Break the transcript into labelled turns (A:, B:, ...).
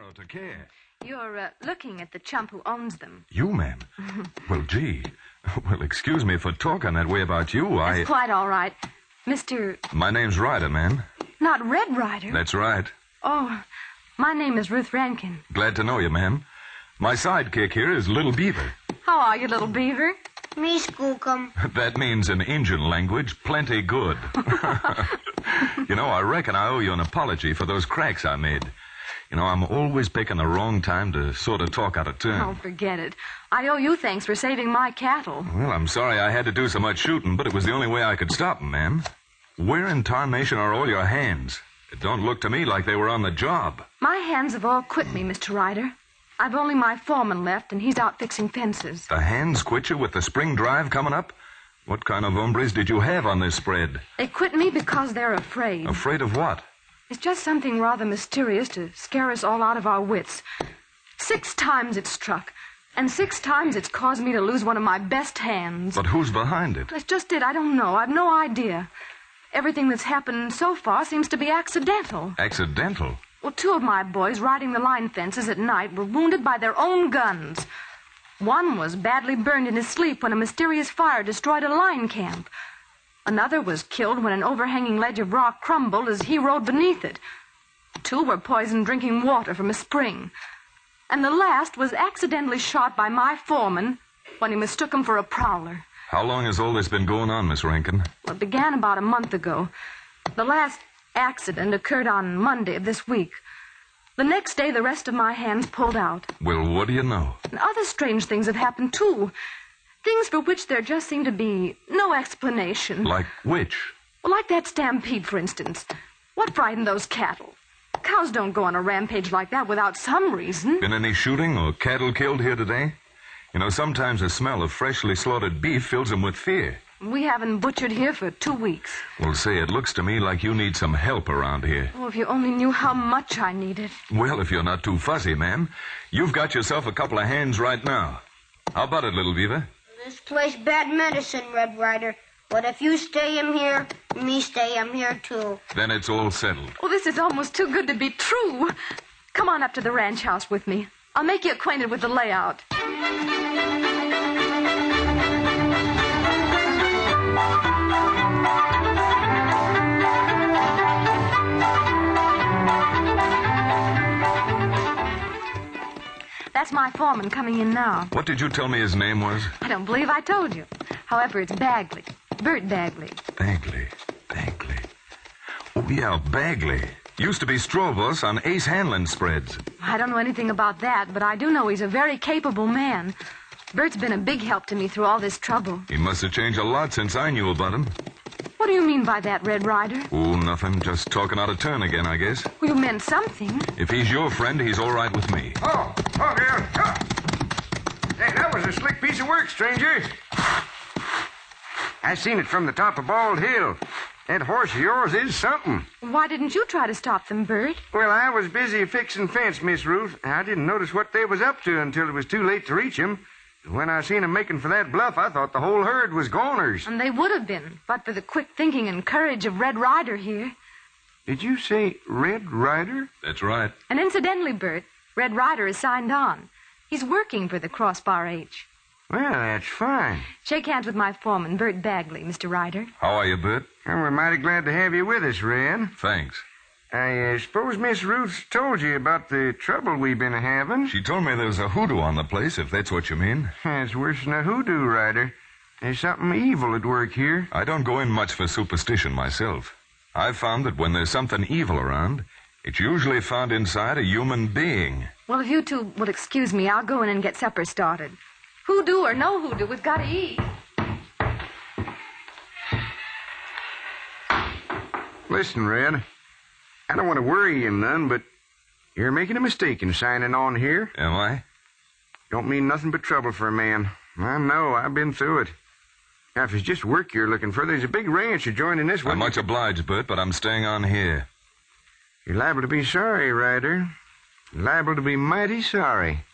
A: or to care.
B: You're uh, looking at the chump who owns them.
A: You, ma'am? well, gee. Well, excuse me for talking that way about you. I.
B: It's quite all right. Mr.
A: My name's Ryder, ma'am.
B: Not Red Rider.
A: That's right.
B: Oh, my name is Ruth Rankin.
A: Glad to know you, ma'am. My sidekick here is Little Beaver.
B: How are you, little beaver?
C: Me skookum.
A: That means in Injun language, plenty good. you know, I reckon I owe you an apology for those cracks I made. You know, I'm always picking the wrong time to sort of talk out of turn.
B: Oh, forget it. I owe you thanks for saving my cattle.
A: Well, I'm sorry I had to do so much shooting, but it was the only way I could stop 'em, ma'am. Where in tarnation are all your hands? It don't look to me like they were on the job.
B: My hands have all quit me, Mr. Ryder. I've only my foreman left, and he's out fixing fences.
A: The hands quit you with the spring drive coming up? What kind of hombres did you have on this spread?
B: They quit me because they're afraid.
A: Afraid of what?
B: It's just something rather mysterious to scare us all out of our wits. Six times it's struck, and six times it's caused me to lose one of my best hands.
A: But who's behind it?
B: That's just it. I don't know. I've no idea. Everything that's happened so far seems to be accidental.
A: Accidental.
B: Well, two of my boys riding the line fences at night were wounded by their own guns. One was badly burned in his sleep when a mysterious fire destroyed a line camp. Another was killed when an overhanging ledge of rock crumbled as he rode beneath it. Two were poisoned drinking water from a spring. And the last was accidentally shot by my foreman when he mistook him for a prowler.
A: How long has all this been going on, Miss Rankin?
B: Well, it began about a month ago. The last accident occurred on Monday of this week. The next day, the rest of my hands pulled out.
A: Well, what do you know?
B: And other strange things have happened, too. Things for which there just seem to be no explanation.
A: Like which?
B: Well, like that stampede, for instance. What frightened those cattle? Cows don't go on a rampage like that without some reason.
A: Been any shooting or cattle killed here today? You know, sometimes the smell of freshly slaughtered beef fills them with fear.
B: We haven't butchered here for two weeks.
A: Well, say, it looks to me like you need some help around here.
B: Oh, if you only knew how much I needed.
A: Well, if you're not too fussy, ma'am, you've got yourself a couple of hands right now. How about it, little beaver?
C: This place bad medicine, Red Rider. But if you stay him here, me stay him here too.
A: Then it's all settled.
B: Oh, this is almost too good to be true. Come on up to the ranch house with me. I'll make you acquainted with the layout. That's my foreman coming in now.
A: What did you tell me his name was?
B: I don't believe I told you. However, it's Bagley. Bert Bagley.
A: Bagley. Bagley. Oh, yeah, Bagley. Used to be Strobos on Ace Hanlon spreads.
B: I don't know anything about that, but I do know he's a very capable man. Bert's been a big help to me through all this trouble.
A: He must have changed a lot since I knew about him.
B: What do you mean by that, Red Rider?
A: Oh, nothing. Just talking out of turn again, I guess.
B: Well, you meant something.
A: If he's your friend, he's all right with me.
D: Oh, oh, there. Huh. Hey, that was a slick piece of work, stranger. I seen it from the top of Bald Hill. That horse of yours is something.
B: Why didn't you try to stop them, Bert?
D: Well, I was busy fixing fence, Miss Ruth. I didn't notice what they was up to until it was too late to reach 'em. When I seen 'em making for that bluff, I thought the whole herd was goners.
B: And they would have been, but for the quick thinking and courage of Red Rider here.
D: Did you say Red Rider?
A: That's right.
B: And incidentally, Bert, Red Rider is signed on. He's working for the Crossbar H.
D: Well, that's fine.
B: Shake hands with my foreman, Bert Bagley, Mr. Ryder.
A: How are you, Bert?
D: And we're mighty glad to have you with us, Red.
A: Thanks.
D: I uh, suppose Miss Ruth's told you about the trouble we've been having.
A: She told me there's a hoodoo on the place, if that's what you mean.
D: It's worse than a hoodoo, Ryder. There's something evil at work here.
A: I don't go in much for superstition myself. I've found that when there's something evil around, it's usually found inside a human being.
B: Well, if you two will excuse me, I'll go in and get supper started. Hoodoo or no hoodoo, we've got to eat.
D: Listen, Red. I don't want to worry you none, but you're making a mistake in signing on here.
A: Am I?
D: Don't mean nothing but trouble for a man. I know. I've been through it. Now, if it's just work you're looking for, there's a big ranch adjoining this one.
A: I'm much obliged, Bert, but I'm staying on here.
D: You're liable to be sorry, Ryder. Liable to be mighty sorry.